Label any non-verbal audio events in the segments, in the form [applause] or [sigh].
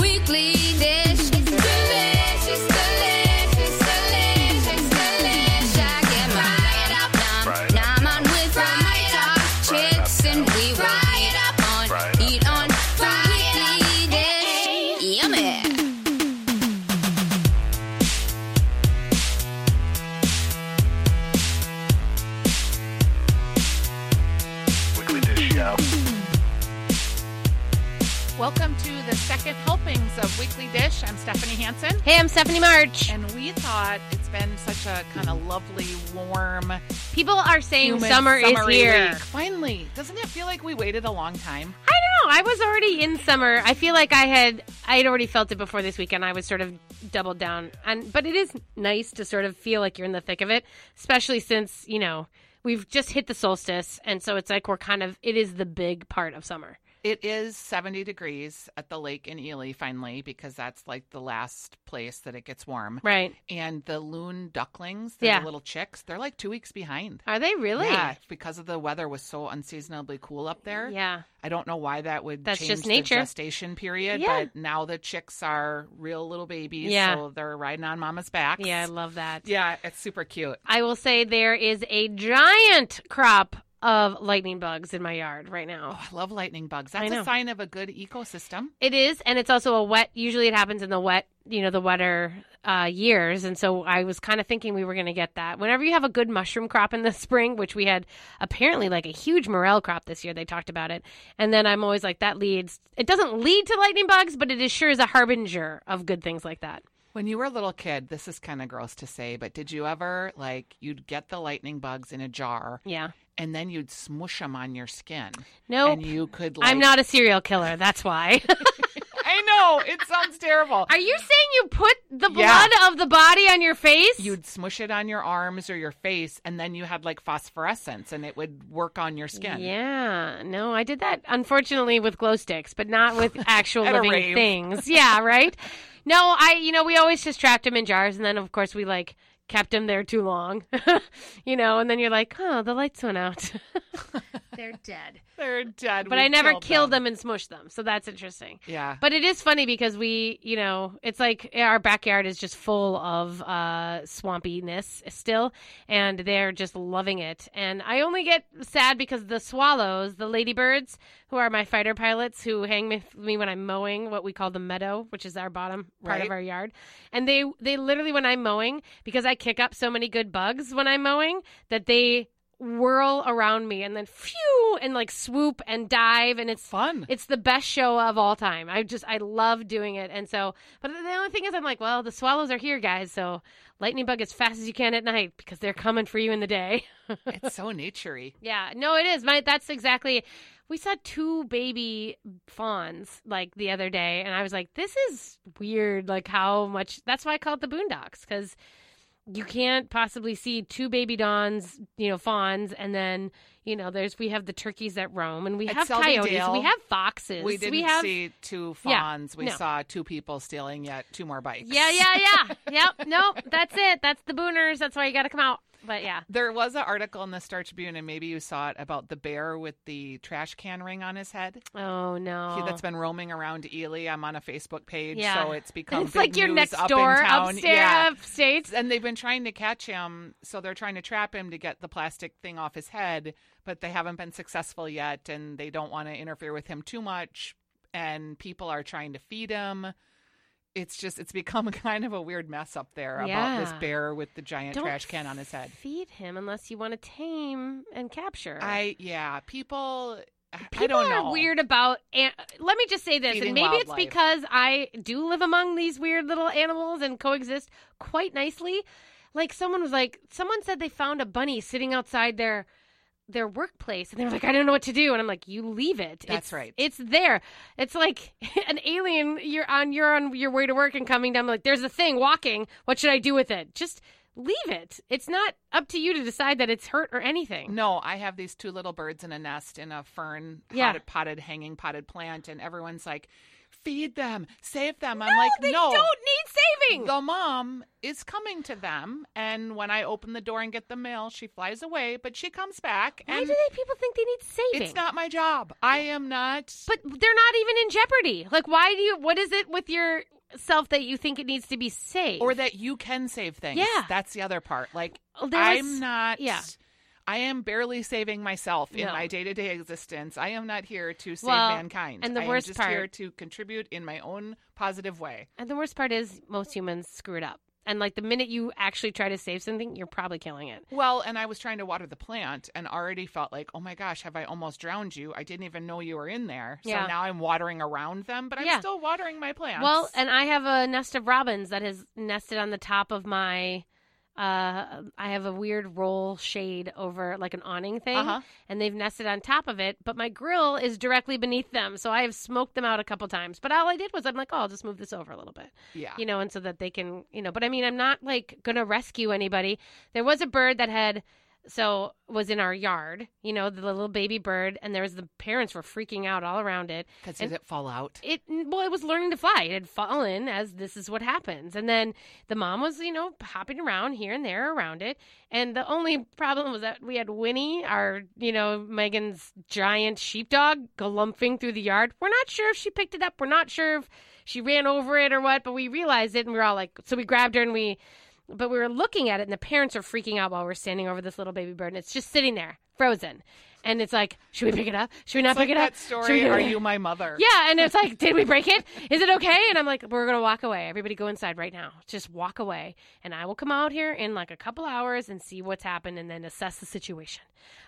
weekly dish. It's delicious, delicious, delicious, delicious. I get my nom nom on with the my talk chicks, and we will eat on eat on the weekly dish. Yummy. Weekly Dish Show. Welcome to the second helpings of Weekly Dish. I'm Stephanie Hansen. Hey, I'm Stephanie March. And we thought it's been such a kind of lovely, warm, People are saying humid, summer is summery here. week. Finally, doesn't it feel like we waited a long time? I don't know. I was already in summer. I feel like I had I had already felt it before this weekend. I was sort of doubled down on, but it is nice to sort of feel like you're in the thick of it, especially since you know we've just hit the solstice, and so it's like we're kind of it is the big part of summer. It is 70 degrees at the lake in Ely finally because that's like the last place that it gets warm. Right? And the loon ducklings, they're Yeah. the little chicks, they're like two weeks behind. Are they really? Yeah, because of the weather was so unseasonably cool up there. Yeah. I don't know why that would That's change just the nature. gestation period, Yeah. but now the chicks are real little babies, Yeah. so they're riding on mama's back. Yeah, I love that. yeah, it's super cute. I will say there is a giant crop of lightning bugs in my yard right now. Oh, I love lightning bugs. I That's a know. sign of a good ecosystem. It is, and it's also a wet. Usually, it happens in the wet, you know, the wetter uh, years. And so, I was kind of thinking we were going to get that. Whenever you have a good mushroom crop in the [laughs] spring, which we had apparently like a huge morel crop this year, they talked about it. And then I'm always like, that leads. It doesn't lead to lightning bugs, but it is sure is a harbinger of good things like that. When you were a little kid, this is kind of gross to say, but did you ever like you'd get the lightning bugs in a jar Yeah. and then you'd smoosh them on your skin? No, And you could like I'm not a serial killer. That's why. [laughs] I know, it sounds terrible. Are you saying you put the Yeah. blood of the body on your face? You'd smush it on your arms or your face, and then you had like phosphorescence, and it would work on your skin. Yeah, no, I did that unfortunately with glow sticks, but not [laughs] with actual At a living rave. things. [laughs] Yeah, right. No, I, you know, we always just trapped them in jars, and then of course we like kept them there too long, [laughs] you know, and then you're like, oh, the lights went out. [laughs] They're dead. They're dead. But We I never killed, killed, them. them. and smushed them, so that's interesting. Yeah. But it is funny because we, you know, it's like our backyard is just full of uh, swampiness still, and they're just loving it. And I only get sad because the swallows, the ladybirds, who are my fighter pilots, who hang me, me when I'm mowing what we call the meadow, which is our bottom part Right. of our yard, and they they literally when I'm mowing because I kick up so many good bugs when I'm mowing that they whirl around me and then phew and like swoop and dive and it's Fun. it's the best show of all time. I just I love doing it, and so. But the only thing is, I'm like, well, the swallows are here, guys. So lightning bug as fast as you can at night because they're coming for you in the day. [laughs] it's so naturey. yeah, no, it is. My that's exactly. We saw two baby fawns like the other day, and I was like, this is weird. Like how much? That's why I call it the Boondocks because you can't possibly see two baby dawns, you know, fawns, and then. You know, there's we have the turkeys that roam, and we At have Selby coyotes, Dale, we have foxes, We didn't have see two Yeah, fawns. we no. saw two people stealing yet two more bikes. Yeah, yeah, [laughs] yeah. yep. Nope. That's it. That's the booners. That's why you got to come out. But yeah. There was an article in the Star Tribune, and maybe you saw it, about the bear with the trash can ring on his head. Oh no. He- that's been roaming around Ely. I'm on a Facebook page, Yeah. so it's [laughs] become it's big like your news next up in door town. upstairs Yeah. upstate. And they've been trying to catch him, so they're trying to trap him to get the plastic thing off his head, but they haven't been successful yet, and they don't want to interfere with him too much. And people are trying to feed him. It's just it's become [laughs] kind of a weird mess up there about this Yeah. bear with the giant Don't trash can on his head. Feed him unless you want to tame and capture. I yeah, people. I- People I don't are know. weird about. An- let me just say this, Feeding and maybe it's wildlife. because I do live among these weird little animals and coexist quite nicely. Like someone was like, someone said they found a bunny sitting outside their their workplace, and they were like, I don't know what to do, and I'm like, you leave it. That's It's- right. It's there. It's like [laughs] an alien. You're on. You're on your way to work and coming down. Like there's a thing walking. What should I do with it? Just leave it. It's not up to you to decide that it's hurt or anything. No, I have these two little birds in a nest in a fern Yeah. potted, potted hanging potted plant, and everyone's like, feed them, save them. I'm like, they no, don't need saving. the mom is coming to them. And when I open the door and get the mail, she flies away, but she comes back. Why do and they people think they need saving? it's not my job. I am not. but they're not even in jeopardy. Like, why do you? What is it with your self that you think it needs to be saved? or that you can save things. Yeah. That's the other part. Like Oh, there was- I'm not yeah. I am barely saving myself in No. my day-to-day existence. I am not here to save Well, mankind. and the I worst am just part- here to contribute in my own positive way. and the worst part is most humans screw it up. And like the minute you actually try to save something, you're probably killing it. Well, and I was trying to water the plant and already felt like, "Oh my gosh, have I almost drowned you? I didn't even know you were in there." Yeah. So now I'm watering around them, but I'm Yeah. still watering my plants. Well, and I have a nest of robins that has nested on the top of my. Uh, I have a weird roll shade over like an awning thing, Uh-huh. and they've nested on top of it. But my grill is directly beneath them, so I have smoked them out a couple times. But all I did was I'm like, oh, I'll just move this over a little bit. yeah. you know, and so that they can, you know, but I mean, I'm not like going to rescue anybody. There was a bird that had, so was in our yard, you know, the little baby bird, and there was the parents were freaking out all around it. Cuz and- did it fall out? It, well, it was learning to fly. It had fallen as this is what happens. And then the mom was, you know, hopping around here and there around it. And the only problem was that we had Winnie, our, you know, Megan's giant sheepdog, galumphing through the yard. We're not sure if she picked it up. We're not sure if she ran over it or what, but we realized it and we were all like, so we grabbed her and we, but we were looking at it and the parents are freaking out while we're standing over this little baby bird and it's just sitting there frozen. And it's like, should we pick it up? Should we not It's pick like it that up? Should story, we do "Are it?" you my mother?" Yeah, and it's like, did we break it? Is it okay? And I'm like, we're gonna walk away. Everybody, go inside right now. Just walk away, and I will come out here in like a couple hours and see what's happened, and then assess the situation.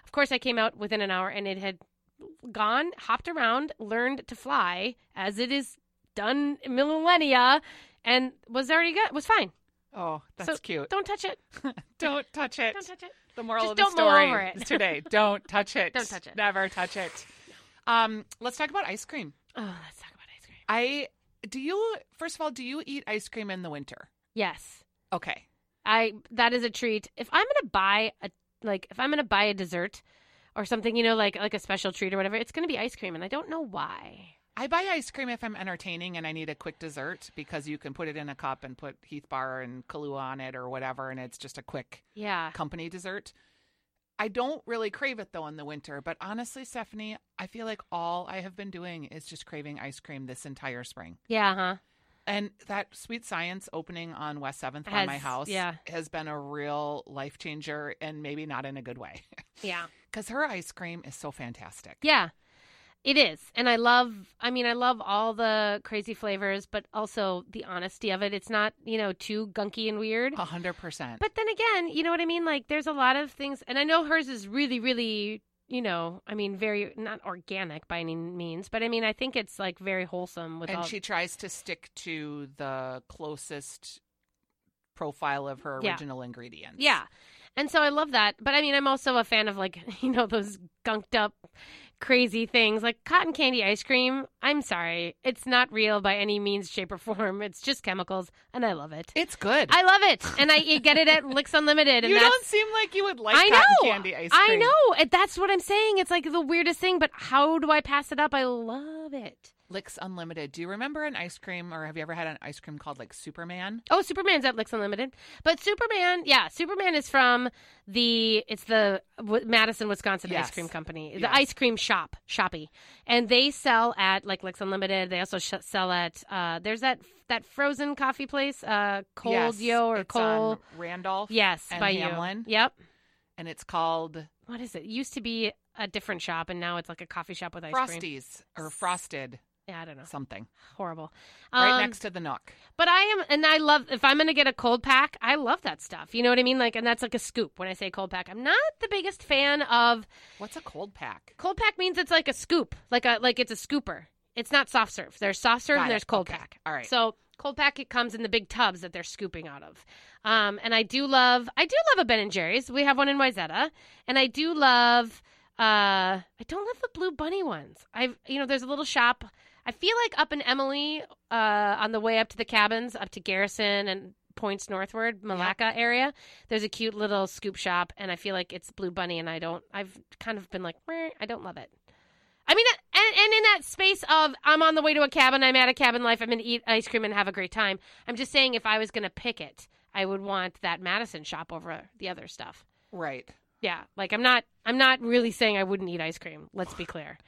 Of course, I came out within an hour, and it had gone, hopped around, learned to fly as it is done millennia, and was already good, was fine. Oh, that's So [laughs] cute. Don't touch it. Don't touch it. Don't touch it. The moral Just of the don't mull story over it. is [laughs] today: don't touch it. Don't touch it. Never touch it. Um, let's talk about ice cream. Oh, let's talk about ice cream. I do you first of all do you eat ice cream in the winter? Yes. Okay. I that is a treat. If I'm gonna buy a like if I'm gonna buy a dessert or something, you know, like like a special treat or whatever, it's gonna be ice cream, and I don't know why. I buy ice cream if I'm entertaining and I need a quick dessert because you can put it in a cup and put Heath Bar and Kahlua on it or whatever, and it's just a quick Yeah, company dessert. I don't really crave it though in the winter, but honestly, Stephanie, I feel like all I have been doing is just craving ice cream this entire spring. yeah, huh? And that Sweet Science opening on West 7th by Has- my house yeah. has been a real life changer and maybe not in a good way. [laughs] Yeah, Because her ice cream is so fantastic. yeah. It is, and I love. I mean, I love all the crazy flavors, but also the honesty of it. It's not you know too gunky and weird. a 100%. But then again, you know what I mean? Like, there's a lot of things, and I know hers is really, really, you know, I mean, very not organic by any means, but I mean, I think it's like very wholesome with and all. she tries to stick to the closest profile of her Yeah. original ingredients. yeah. And so I love that. But I mean, I'm also a fan of like, [laughs] you know, those gunked up crazy things like cotton candy ice cream. I'm sorry. It's not real by any means, shape, or form. It's just chemicals, and I love it. It's good. I love it. And I you get it at Licks Unlimited. And you that's don't seem like you would like I cotton know. candy ice cream. I know. And That's what I'm saying. It's like the weirdest thing, but how do I pass it up? I love it. Licks Unlimited. Do you remember an ice cream or have you ever had an ice cream called like Superman? Oh, Superman's at Licks Unlimited. But Superman, yeah, Superman is from the it's the W- Madison, Wisconsin ice Yes. cream company, the Yes. ice cream shop, Shoppy, and they sell at like Licks Unlimited. They also sh- sell at uh, there's that that frozen coffee place, uh, Cold Yes, Yo or it's Cole. on Randolph. yes, and by Hamlin. you. Yep. And it's called What is it? it? Used to be a different shop, and now it's like a coffee shop with ice cream. Frosties or Frosted Yeah, I don't know. something Horrible. right Um, next to the Nook. But I am, and I love, if I'm going to get a cold pack, I love that stuff. You know what I mean? Like, and that's like a scoop when I say cold pack. I'm not the biggest fan of What's a cold pack? cold pack means it's like a scoop, like a, like it's a scooper. It's not soft serve. There's soft serve Got and it. there's cold Okay. pack. All right. So cold pack, it comes in the big tubs that they're scooping out of. Um, and I do love, I do love a Ben and Jerry's. We have one in Wyzetta. And I do love, uh, I don't love the blue bunny ones. I've, you know, there's a little shop. I feel like up in Emily, uh, on the way up to the cabins, up to Garrison and points northward, Malacca area, there's a cute little scoop shop. And I feel like it's blue bunny. And I don't, I've kind of been like, "Meh, I don't love it. I mean, and, and in that space of I'm on the way to a cabin, I'm at a cabin life, I'm going to eat ice cream and have a great time. I'm just saying, if I was going to pick it, I would want that Madison shop over the other stuff. Right. Yeah, like I'm not I'm not really saying I wouldn't eat ice cream. Let's be clear.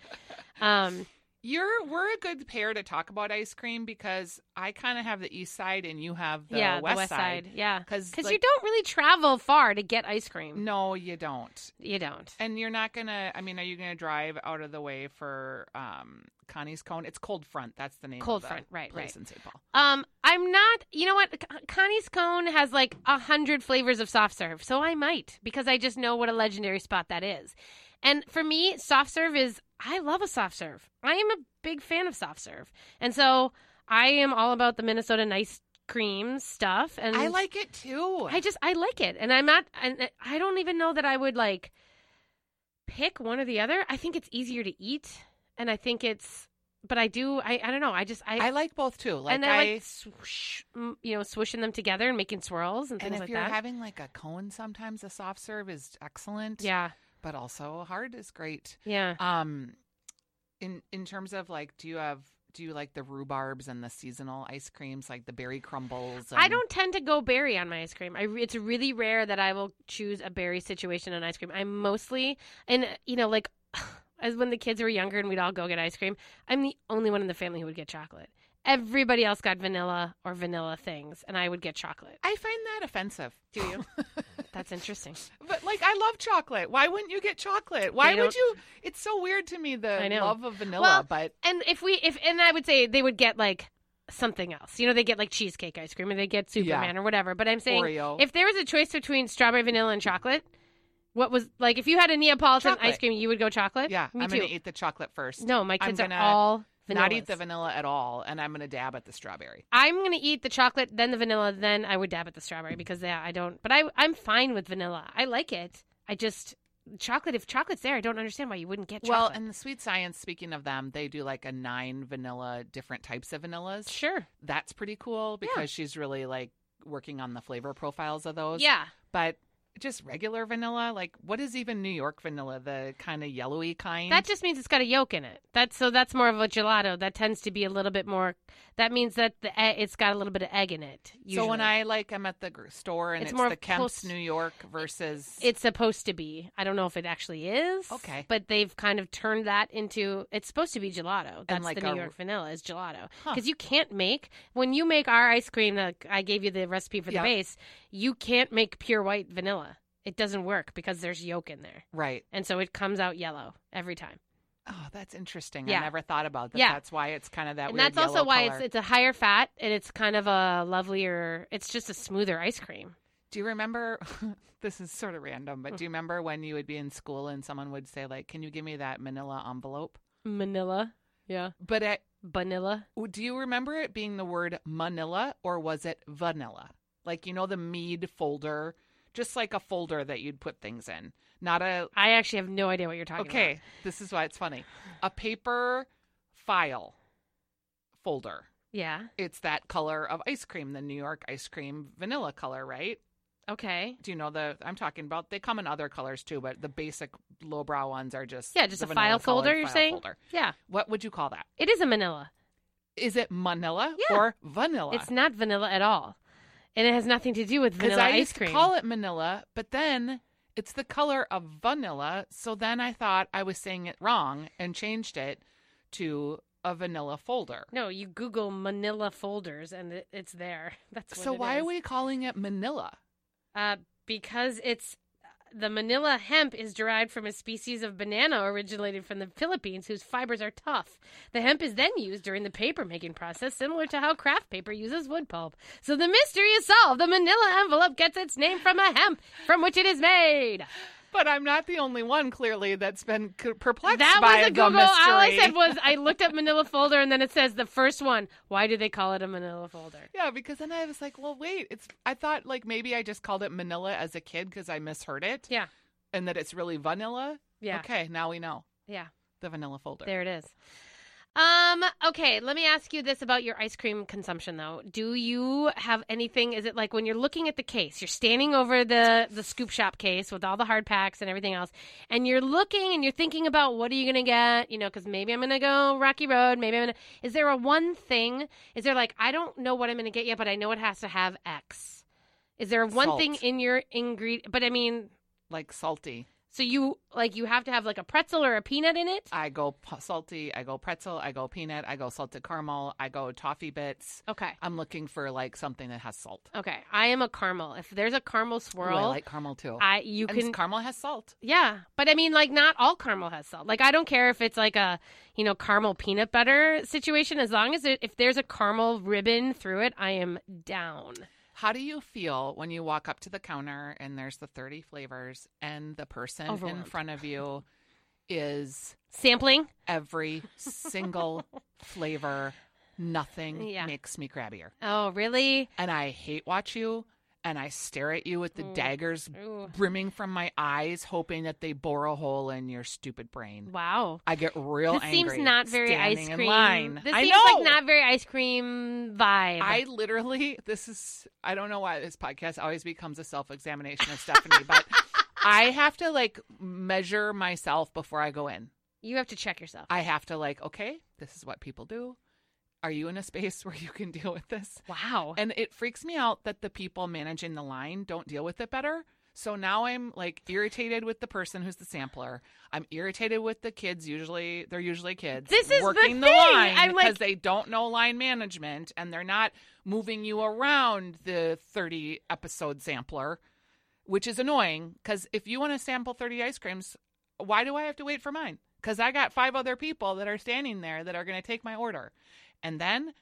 Um, You're we're a good pair to talk about ice cream because I kind of have the east side and you have [laughs] the, yeah, west, the West Side. Yeah, Because because you don't really travel far to get ice cream. No, you don't. You don't. And you're not gonna. I mean, are you gonna drive out of the way for um, Connie's Cone? It's Cold Front. That's the name. Cold of the Front, right, Place right. in St. Paul. Um, I'm not. You know what? C- Connie's Cone has like a hundred flavors of soft serve, so I might because I just know what a legendary spot that is. And for me, soft serve is. I love a soft serve. I am a big fan of soft serve, and so I am all about the Minnesota nice cream stuff. And I like it too. I just I like it, and I'm not. And I don't even know that I would like pick one or the other. I think it's easier to eat, and I think it's. But I do. I I don't know. I just I I like both too. Like and I, like swoosh, mm, you know, swooshing them together and making swirls and and things if like you're that. having like a cone, sometimes a soft serve is excellent. yeah, But also hard is great. yeah. Um, in in terms of like, do you have do you like the rhubarbs and the seasonal ice creams, like the berry crumbles? And, I don't tend to go berry on my ice cream. I, re- it's really rare that I will choose a berry situation on ice cream. I'm mostly, and uh, you know, like [sighs] as when the kids were younger and we'd all go get ice cream, I'm the only one in the family who would get chocolate. Everybody else got vanilla or vanilla things, and I would get chocolate. I find that offensive. Do you? [laughs] That's interesting. but like, I love chocolate. Why wouldn't you get chocolate? Why They would don't- you? It's so weird to me the I know. love of vanilla, Well, but And if we, if and I would say they would get like something else. You know, they get like cheesecake ice cream, or they get Superman or whatever. But I'm saying Oreo. If there was a choice between strawberry vanilla and chocolate, what was like if you had a Neapolitan Chocolate. ice cream, you would go chocolate? yeah, me I'm too. gonna eat the chocolate first. no, my I'm kids are gonna all vanilla. Not eat the vanilla at all, and I'm gonna dab at the strawberry. I'm gonna eat the chocolate, then the vanilla, then I would dab at the strawberry because yeah, I don't. But I I'm fine with vanilla. I like it. I just chocolate. If chocolate's there, I don't understand why you wouldn't get Well, chocolate. and the sweet science. Speaking of them, they do like a nine vanilla, different types of vanillas. sure, That's pretty cool because she's really like working on the flavor profiles of those. yeah, but just regular vanilla like what is even new york vanilla the kind of yellowy kind that just means it's got a yolk in it. That's so that's more of a gelato. That tends to be a little bit more. That means that the e- it's got a little bit of egg in it. Usually. so when i like i'm at the gr- store and It's it's, more the kemp's close- new york versus it's supposed to be. I don't know if it actually is. Okay. But they've kind of turned that into it's supposed to be gelato. That's like the New a- York vanilla is gelato. Huh. Because you can't make when you make our ice cream that I gave you the recipe for the Yeah. base, you can't make pure white vanilla. It doesn't work because there's yolk in there. right And so it comes out yellow every time. oh that's interesting Yeah. i never thought about that Yeah. that's why it's kind of that and weird that's also yellow why color. it's it's a higher fat and it's kind of a lovelier it's just a smoother ice cream. do you remember [laughs] this is sort of random but do Mm. you remember when you would be in school and someone would say like can you give me that manila envelope Manila. Yeah. but it, Vanilla. do you remember it being the word manila or was it vanilla? Like, you know, the mead folder, just like a folder that you'd put things in, not a. I actually have no idea what you're talking about. Okay, this is why it's funny. A paper file folder. Yeah. It's that color of ice cream, the New York ice cream vanilla color, right? Okay. Do you know the I'm talking about? They come in other colors too, but the basic lowbrow ones are just Yeah, just the a file vanilla-colored folder, you're file saying? folder. Yeah. What would you call that? It is a manila. Is it manila Yeah. or vanilla? It's not vanilla at all. And it has nothing to do with Because vanilla I ice used cream. to call it Manila, but then it's the color of vanilla. So then I thought I was saying it wrong and changed it to a vanilla folder. no, you Google manila folders and it, it's there. [laughs] That's what So it why is. are we calling it Manila? Uh, because it's the manila hemp is derived from a species of banana originated from the Philippines whose fibers are tough. The hemp is then used during the paper making process, similar to how craft paper uses wood pulp. So the mystery is solved. The manila envelope gets its name from a hemp from which it is made. But I'm not the only one, clearly, that's been c- perplexed That by was the a Google. mystery. [laughs] All I said was I looked up Manila folder, and then it says the first one. Why do they call it a Manila folder? yeah, because then I was like, well, wait, it's. I thought like maybe I just called it Manila as a kid because I misheard it Yeah, and that it's really vanilla. yeah, Okay, now we know yeah. the vanilla folder. There it is. Um, okay, let me ask you this about your ice cream consumption though. Do you have anything is it like when you're looking at the case, you're standing over the the scoop shop case with all the hard packs and everything else and you're looking and you're thinking about what are you going to get, you know, cuz maybe I'm going to go Rocky Road, maybe I'm going to Is there a one thing? Is there like I don't know what I'm going to get yet, but I know it has to have X. Is there one Salt. thing in your ingredient but I mean, like salty. so you like you have to have like a pretzel or a peanut in it? I go p- salty. I go pretzel. I go peanut. I go salted caramel. I go toffee bits. Okay. I'm looking for like something that has salt. Okay, I am a caramel. If there's a caramel Ooh, swirl, I like caramel too. I you and can caramel has salt. yeah, but I mean like not all caramel has salt. Like I don't care if it's like a you know caramel peanut butter situation as long as it, if there's a caramel ribbon through it, I am down. How do you feel when you walk up to the counter and there's the 30 flavors and the person in Overwhelmed. front of you is Sampling? every [laughs] single flavor? Nothing Yeah. makes me crabbier. Oh, really? And I hate watch you and I stare at you with the Mm. daggers Ooh. brimming from my eyes, hoping that they bore a hole in your stupid brain. Wow. I get real this angry. seems not very standing ice in cream. line. This I seems know. like not very ice cream vibe. I literally, this is, I don't know why this podcast always becomes a self examination of Stephanie, [laughs] but I have to like measure myself before I go in. you have to check yourself. I have to like, okay, this is what people do. Are you in a space [laughs] where you can deal with this? wow. And it freaks me out that the people managing the line don't deal with it better. So now I'm like irritated with the person who's the sampler. I'm irritated with the kids. Usually, they're usually kids. This is the working the, thing. line I'm like- because they don't know line management and they're not moving you around the 30 episode sampler, which is annoying. Because if you want to sample 30 ice creams, why do I have to wait for mine? Because I got five other people that are standing there that are going to take my order. And then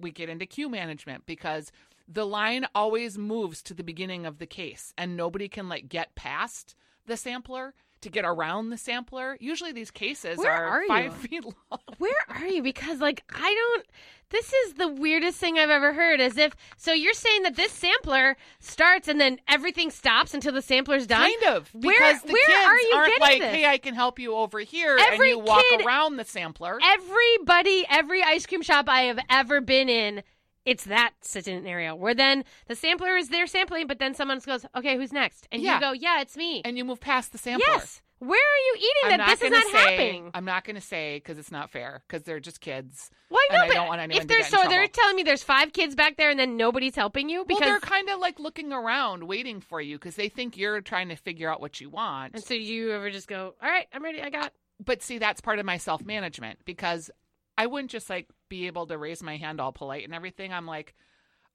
we get into queue management because the line always moves to the beginning of the case and nobody can like get past the sampler to get around the sampler. Usually these cases Where are you? five [laughs] feet long. Where are you? Because like I don't. This is the weirdest thing I've ever heard. As if so, you're saying that this sampler starts and then everything stops until the sampler's done. Kind of. Where- because the where kids are you not getting like, this? hey, I can help you over here. Every and you walk kid- around the sampler. Everybody, every ice cream shop I have ever been in, it's that scenario where then the sampler is there sampling, but then someone goes, "Okay, who's next?" And Yeah. you go, "Yeah, it's me." and you move past the sampler. yes. Where are you eating I'm that? This is gonna not say, happening. I'm not going to say because it's not fair because they're just kids. Why and not? I but don't want anyone if to there's get in so they're trouble. telling me there's five kids back there and then nobody's helping you because well, they're kind of like looking around, waiting for you because they think you're trying to figure out what you want. and so you ever just go, "All right, I'm ready. I got." but see, that's part of my self management because I wouldn't just like be able to raise my hand all polite and everything. I'm like,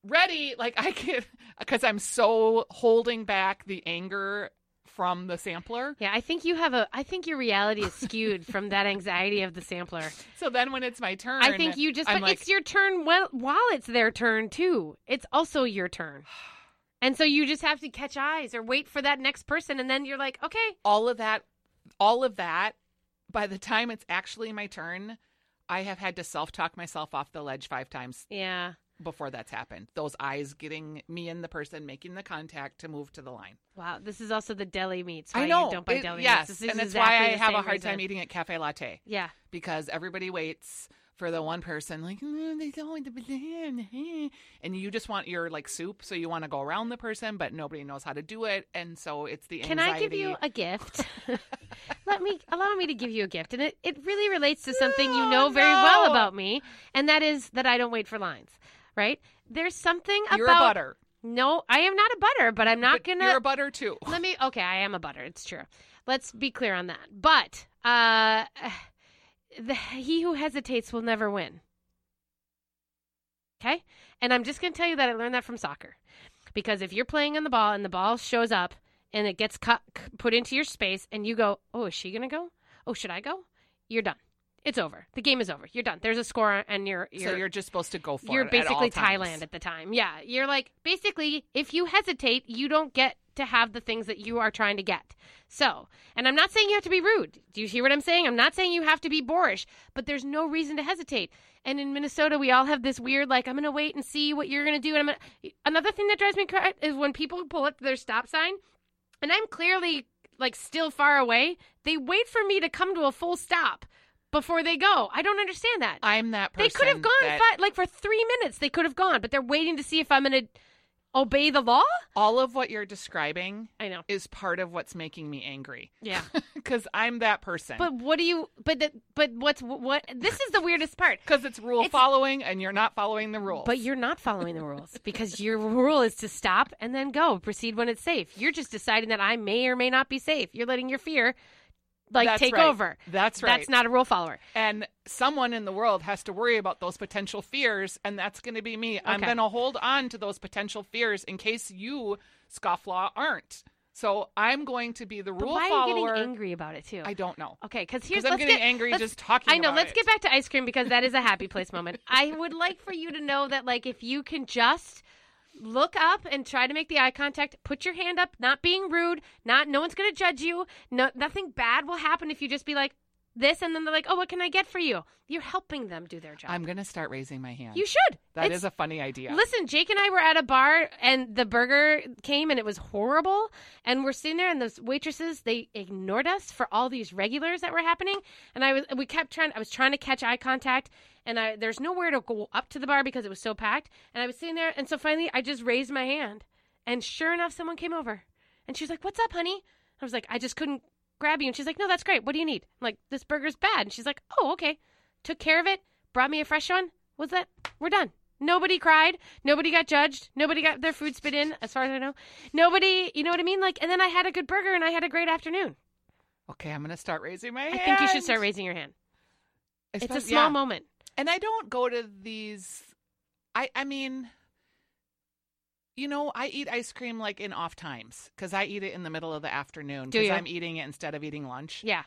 ready. Like, I can, [laughs] because I'm so holding back the anger from the sampler. Yeah, I think you have a. I think your reality is skewed from that anxiety of [laughs] the sampler. So then when it's my turn, I think you just. I'm but like, it's your turn. Well, while it's their turn too, it's also your [sighs] turn, and so you just have to catch eyes or wait for that next person, and then you're like, okay, all of that, all of that, by the time it's actually my turn, I have had to self talk myself off the ledge five times yeah. before that's happened. Those eyes getting me and the person making the contact to move to the line. Wow, this is also the deli meats. Why I know. You don't buy It- deli yes, meats. This is and that's exactly why I the have a same hard reason. time eating at cafe latte Yeah, because everybody waits for the one person like "Mm, they don't want the-" and you just want your like soup so you want to go around the person but nobody knows how to do it and so it's the Can anxiety. I give you a gift? [laughs] Let me allow me to give you a gift, and it, it really relates to something you know No, very well no. about me, and that is that I don't wait for lines. Right? There's something you're about a butter no, I am not a butter, but I'm not but gonna. you're a butter too Let me. Okay, I am a butter. It's true. Let's be clear on that. But uh, [sighs] the, he who hesitates will never win. Okay, and I'm just gonna tell you that I learned that from soccer, because if you're playing on the ball and the ball shows up and it gets cut, c- put into your space, and you go, "Oh, is she gonna go? Oh, should I go?" You're done. It's over. The game is over. You're done. There's a score, and you're you're so you're just supposed to go for you're it at all basically times. Thailand at the time. Yeah, you're like basically if you hesitate, you don't get to have the things that you are trying to get. So, and I'm not saying you have to be rude. Do you hear what I'm saying? I'm not saying you have to be boorish, but there's no reason to hesitate. And in Minnesota, we all have this weird like I'm going to wait and see what you're going to do and I'm gonna... another thing that drives me crazy is when people pull up to their stop sign and I'm clearly like still far away, they wait for me to come to a full stop before they go. I don't understand that. I'm that person. they could have gone that fi- like for three minutes. They could have gone, but they're waiting to see if I'm going to obey the law. all of what you're describing I know. is part of what's making me [laughs] angry [laughs] Yeah. because I'm that person. But what do you? But the, but what's what? This is the weirdest part. Because it's rule It's- following and you're not following the rules. But you're not following the rules because your rule is to stop and then go, proceed when it's safe. You're just deciding that I may or may not be safe. You're letting your fear like That's take right. over. That's right. That's not a rule follower. and someone in the world has to worry about those potential fears, and that's going to be me. I'm Okay. going to hold on to those potential fears in case you, scofflaw, aren't. So I'm going to be the But rule why are you follower. getting angry about it too? I don't know. Okay, because here's 'Cause I'm let's getting get- angry let's- just talking I know. about let's it. get back to ice cream because that is a happy [laughs] place moment. I would like for you to know that, like, if you can just look up and try to make the eye contact, put your hand up, not being rude, not no one's going to judge you. No, nothing bad will happen if you just be like this, and then they're like, "Oh, what can I get for you?" You're helping them do their job. I'm going to start raising my hand. you should. That is It's- a funny idea. Listen, Jake and I were at a bar and the burger came and it was horrible. And we're sitting there and those waitresses, they ignored us for all these regulars that were happening. And I was we kept trying I was trying to catch eye contact and I there's nowhere to go up to the bar because it was so packed. And I was sitting there and so finally I just raised my hand. And sure enough, someone came over. And she was like, What's up, honey? I was like, I just couldn't grab you. And she's like, No, that's great. What do you need? I'm like, this burger's bad. And she's like, Oh, okay. Took care of it, brought me a fresh one. Was that we're done. Nobody cried. Nobody got judged. Nobody got their food spit in, as far as I know. Nobody, you know what I mean? Like, and then I had a good burger and I had a great afternoon. Okay, I'm going to start raising my I hand. think you should start raising your hand. I It's a suppose- small yeah. moment. and I don't go to these. I I mean, you know, I eat ice cream like in off times because I eat it in the middle of the afternoon Do because you? I'm eating it instead of eating lunch. [laughs] Yeah.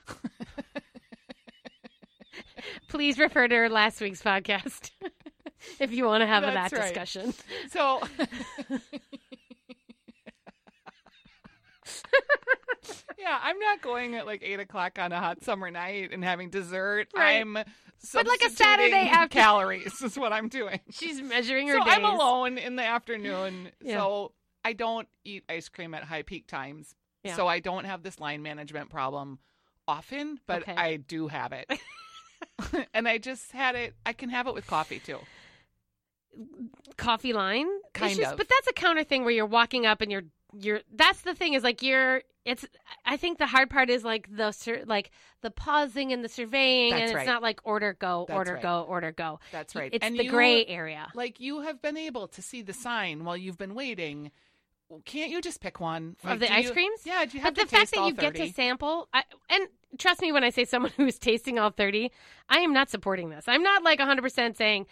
Please refer to last week's podcast [laughs] if you want to have That's that right. discussion. So. [laughs] yeah, I'm not going at like eight o'clock on a hot summer night and having dessert. Right. I'm But like a Saturday substituting after- calories is what I'm doing. [laughs] She's measuring her so days. I'm alone in the afternoon. [laughs] Yeah. So I don't eat ice cream at high peak times. Yeah. So I don't have this line management problem often, but Okay. I do have [laughs] it. and I just had it. I can have it with coffee too. coffee line Kind issues, of. but that's a counter thing where you're walking up and you're you're that's the thing is like you're it's i think the hard part is like the sur- like the pausing and the surveying That's and it's right. not like order go That's order right. go order go That's right. it's and the you- gray area Like you have been able to see the sign while you've been waiting. Can't you just pick one Like, of the do ice you- creams Yeah, do you have but the to taste fact that all you get to 30? sample I, and trust me when i say someone [laughs] who's tasting all 30 i am not supporting this i'm not like 100% saying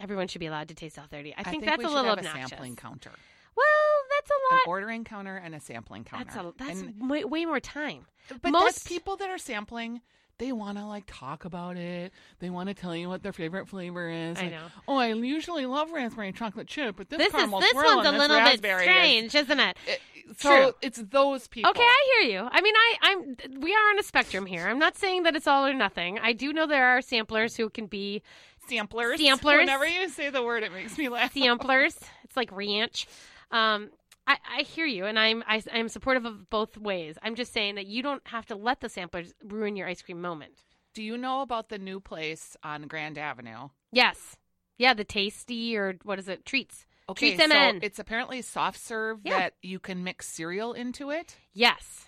everyone should be allowed to taste all 30 i I think, think that's we a should little have obnoxious a sampling counter, well that's a an lot ordering counter, and a sampling counter. That's a, that's And- way, way more time. But that's Most- people that are sampling. They want to like talk about it. They want to tell you what their favorite flavor is. I Like, know. Oh, I usually love raspberry and chocolate chip, but this, This is caramel this swirl one's a and this little bit raspberry is- strange, isn't it? It- so True. it's those people. Okay, I hear you. I mean, I I'm we are on a spectrum here. I'm not saying that it's all or nothing. I do know there are samplers who can be samplers. Samplers. Whenever you say the word, it makes me laugh. samplers. [laughs] It's like ranch. Um, I, I hear you, and I'm I, I'm supportive of both ways. I'm just saying that you don't have to let the samplers ruin your ice cream moment. [laughs] Do you know about the new place on Grand Avenue? Yes, yeah, the tasty or what is it? Treats. Okay, Treats M so N. it's apparently soft serve Yeah. that you can mix cereal into it. Yes.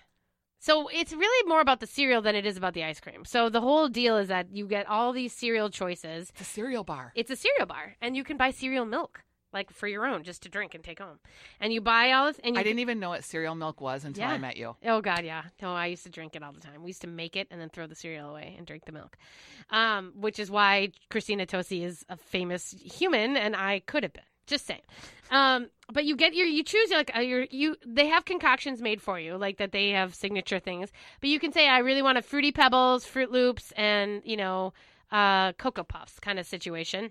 So it's really more about the cereal than it is about the ice cream. So the whole deal is that you get all these cereal choices. It's a cereal bar. It's a cereal bar, and you can buy cereal milk, like for your own, just to drink and take home. And you buy all this, and you I didn't even know what cereal milk was until I Yeah. met you. Oh God, yeah. No, I used to drink it all the time. We used to make it and then throw the cereal away and drink the milk, um, which is why Christina Tosi is a famous human, and I could have been. Just saying. Um, but you get your you choose like uh, your you they have concoctions made for you like that they have signature things, but you can say I really want a fruity pebbles, Fruit Loops, and you know uh, Cocoa Puffs kind of situation.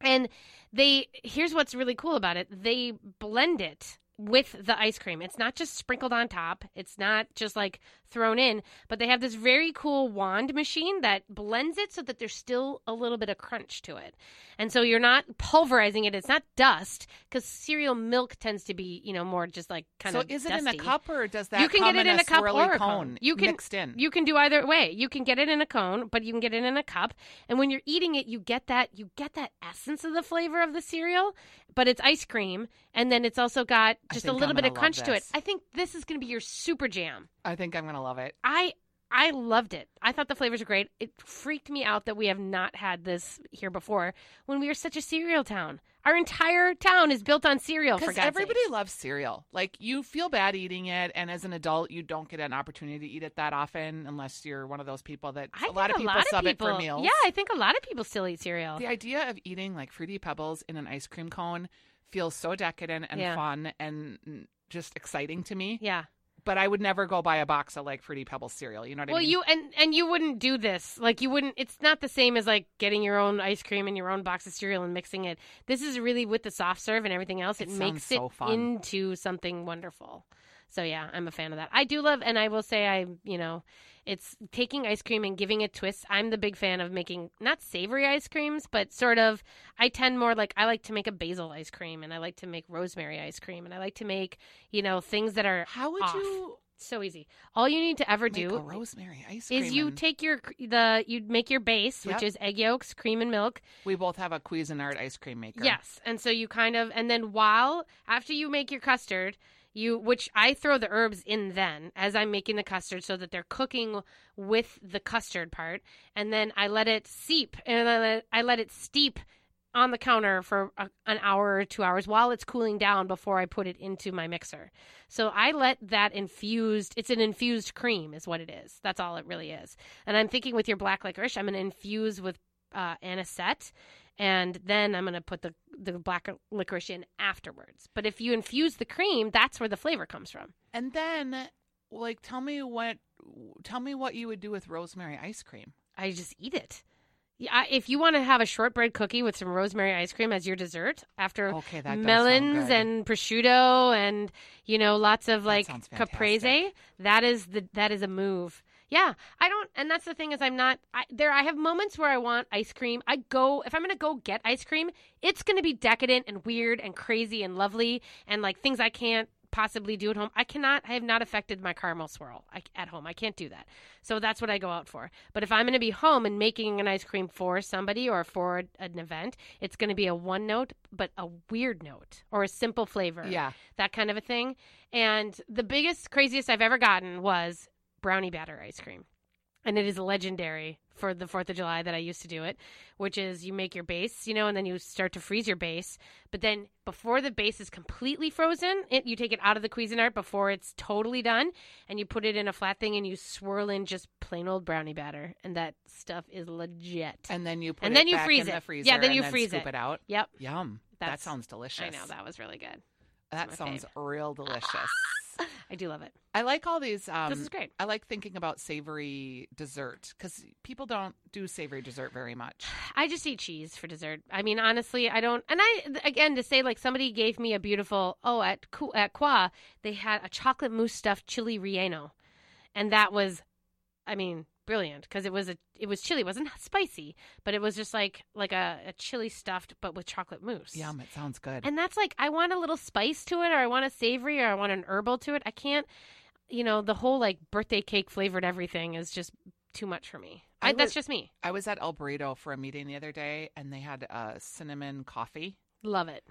And they here's what's really cool about it. They blend it with the ice cream. It's not just sprinkled on top. It's not just like thrown in, but they have this very cool wand machine that blends it so that there's still a little bit of crunch to it. And so you're not pulverizing it. It's not dust cuz cereal milk tends to be, you know, more just like kind so of is it in dusty. a cup or does that you can come get it in a cup swirly or cone a cone. You can mixed in? You can do either way. You can get it in a cone, but you can get it in a cup. And when you're eating it, you get that you get that essence of the flavor of the cereal, but it's ice cream, and then it's also got I just a think little I'm bit gonna of crunch love to it. this. I think this is going to be your super jam. I think I'm gonna love it. I I loved it. I thought the flavors were great. It freaked me out that we have not had this here before when we are such a cereal town. Our entire town is built on cereal. For Because God's everybody sakes. loves cereal. Like you feel bad eating it, and as an adult, you don't get an opportunity to eat it that often unless you're one of those people that I a lot think of people sub it for meals. Yeah, I think a lot of people still eat cereal. The idea of eating like fruity pebbles in an ice cream cone feels so decadent and Yeah. fun and mm, just exciting to me. Yeah. But I would never go buy a box of like fruity pebbles cereal. You know what Well, I mean? you and and you wouldn't do this. Like you wouldn't. It's not the same as like getting your own ice cream and your own box of cereal and mixing it. This is really with the soft serve and everything else. It, It sounds makes so it fun. into something wonderful. So yeah, I'm a fan of that. I do love, and I will say, I you know, it's taking ice cream and giving it twists. I'm the big fan of making not savory ice creams, but sort of. I tend more like I like to make a basil ice cream, and I like to make rosemary ice cream, and I like to make you know things that are How would off. you so easy. All you need to ever make do a rosemary ice cream? is you and- take your cr- the you make your base, Yep. which is egg yolks, cream, and milk. we both have a Cuisinart ice cream maker. Yes, and so you kind of and then while after you make your custard, you which I throw the herbs in then as I'm making the custard so that they're cooking with the custard part, and then I let it seep and I let, I let it steep on the counter for a, an hour or two hours while it's cooling down before I put it into my mixer. So I let that infused, it's an infused cream, is what it is. That's all it really is. And I'm thinking with your black licorice, I'm going to infuse with uh, anisette and then I'm going to put the, the black licorice in afterwards. But if you infuse the cream, that's where the flavor comes from. And then, like, tell me what, tell me what you would do with rosemary ice cream. I just eat it. Yeah, I- if you want to have a shortbread cookie with some rosemary ice cream as your dessert after Okay, that does sound melons good. and prosciutto and you know lots of like sounds caprese fantastic. that is the that is a move yeah i don't and that's the thing is i'm not I, there i have moments where i want ice cream i go if i'm gonna go get ice cream it's gonna be decadent and weird and crazy and lovely and like things i can't possibly do at home i cannot i have not affected my caramel swirl I, at home i can't do that so that's what i go out for but if i'm gonna be home and making an ice cream for somebody or for an event it's gonna be a one note but a weird note or a simple flavor Yeah. that kind of a thing. And the biggest, craziest I've ever gotten was brownie batter ice cream. And it is legendary for the 4th of July that I used to do it, which is you make your base, you know, and then you start to freeze your base. But then before the base is completely frozen, it, you take it out of the Cuisinart before it's totally done and you put it in a flat thing and you swirl in just plain old brownie batter. And that stuff is legit. And then you put And it then you back freeze in it. Yeah, the freezer. then and you freeze scoop it. it. out. yep. Yum. that That's- sounds delicious. I know. That was really good. That my sounds real [laughs] delicious. I do love it. I like all these. Um, this is great. I like thinking about savory dessert because people don't do savory dessert very [sighs] much. I just eat cheese for dessert. I mean, honestly, I don't. And I again to say like somebody gave me a beautiful oh at Cu- at Qua they had a chocolate mousse stuffed chili relleno, and that was, I mean, brilliant because it was a it was chili. It wasn't spicy, but it was just like like a, a chili stuffed but with chocolate mousse. Yum. It sounds good. And that's like I want a little spice to it, or I want a savory, or I want an herbal to it. I can't, you know, the whole like birthday cake flavored everything is just too much for me. I I, that's would- just me. I was at El Burrito for a meeting the other day, and they had uh, cinnamon coffee. Love it.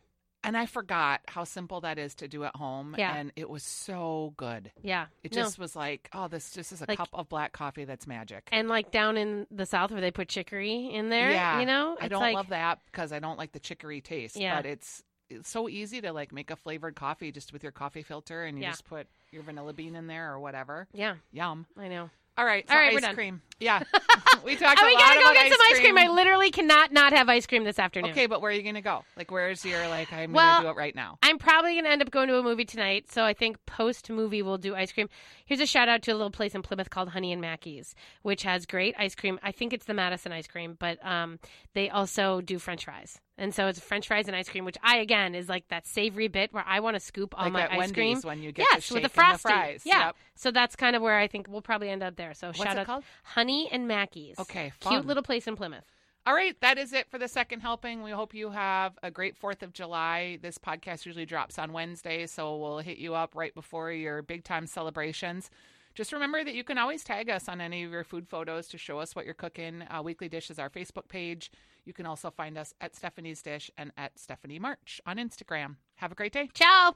And I forgot how simple that is to do at home. Yeah. And it was so good. Yeah. It No. just was like, oh, this just is a Like- cup of black coffee that's magic. And like down in the south where they put chicory in there, yeah, you know, I It's don't like- love that because I don't like the chicory taste. Yeah. but it's it's so easy to like make a flavored coffee just with your coffee filter, and you Yeah. just put your vanilla bean in there or whatever. Yeah, Yum. I know. All right, All so right, we're ice done. cream. [laughs] Yeah, [laughs] we I talked. a we lot gotta go about get some ice cream. I literally cannot not have ice cream this afternoon. okay, but where are you gonna go? Like, where is your like? I'm Well, gonna do it right now. I'm probably going to end up going to a movie tonight, so I think post movie we'll do ice cream. Here's a shout out to a little place in Plymouth called Honey and Mackey's, which has great ice cream. I think it's the Madison ice cream, but um, they also do French fries, And so it's French fries and ice cream, which I again is like that savory bit where I want to scoop all like my at ice Wendy's cream. when you get Yes, the with the shake and frosty. fries. Yeah. Yep. So that's kind of where I think we'll probably end up there. So shout it out called? Honey and Mackey's. Okay, Cute fun. little place in Plymouth. All right, that is it for the second helping. We hope you have a great 4th of July. This podcast usually drops on Wednesday, so we'll hit you up right before your big time celebrations. Just remember that you can always tag us on any of your food photos to show us what you're cooking. Uh, Weekly Dish is our Facebook page. You can also find us at Stephanie's Dish and at Stephanie March on Instagram. Have a great day. Ciao.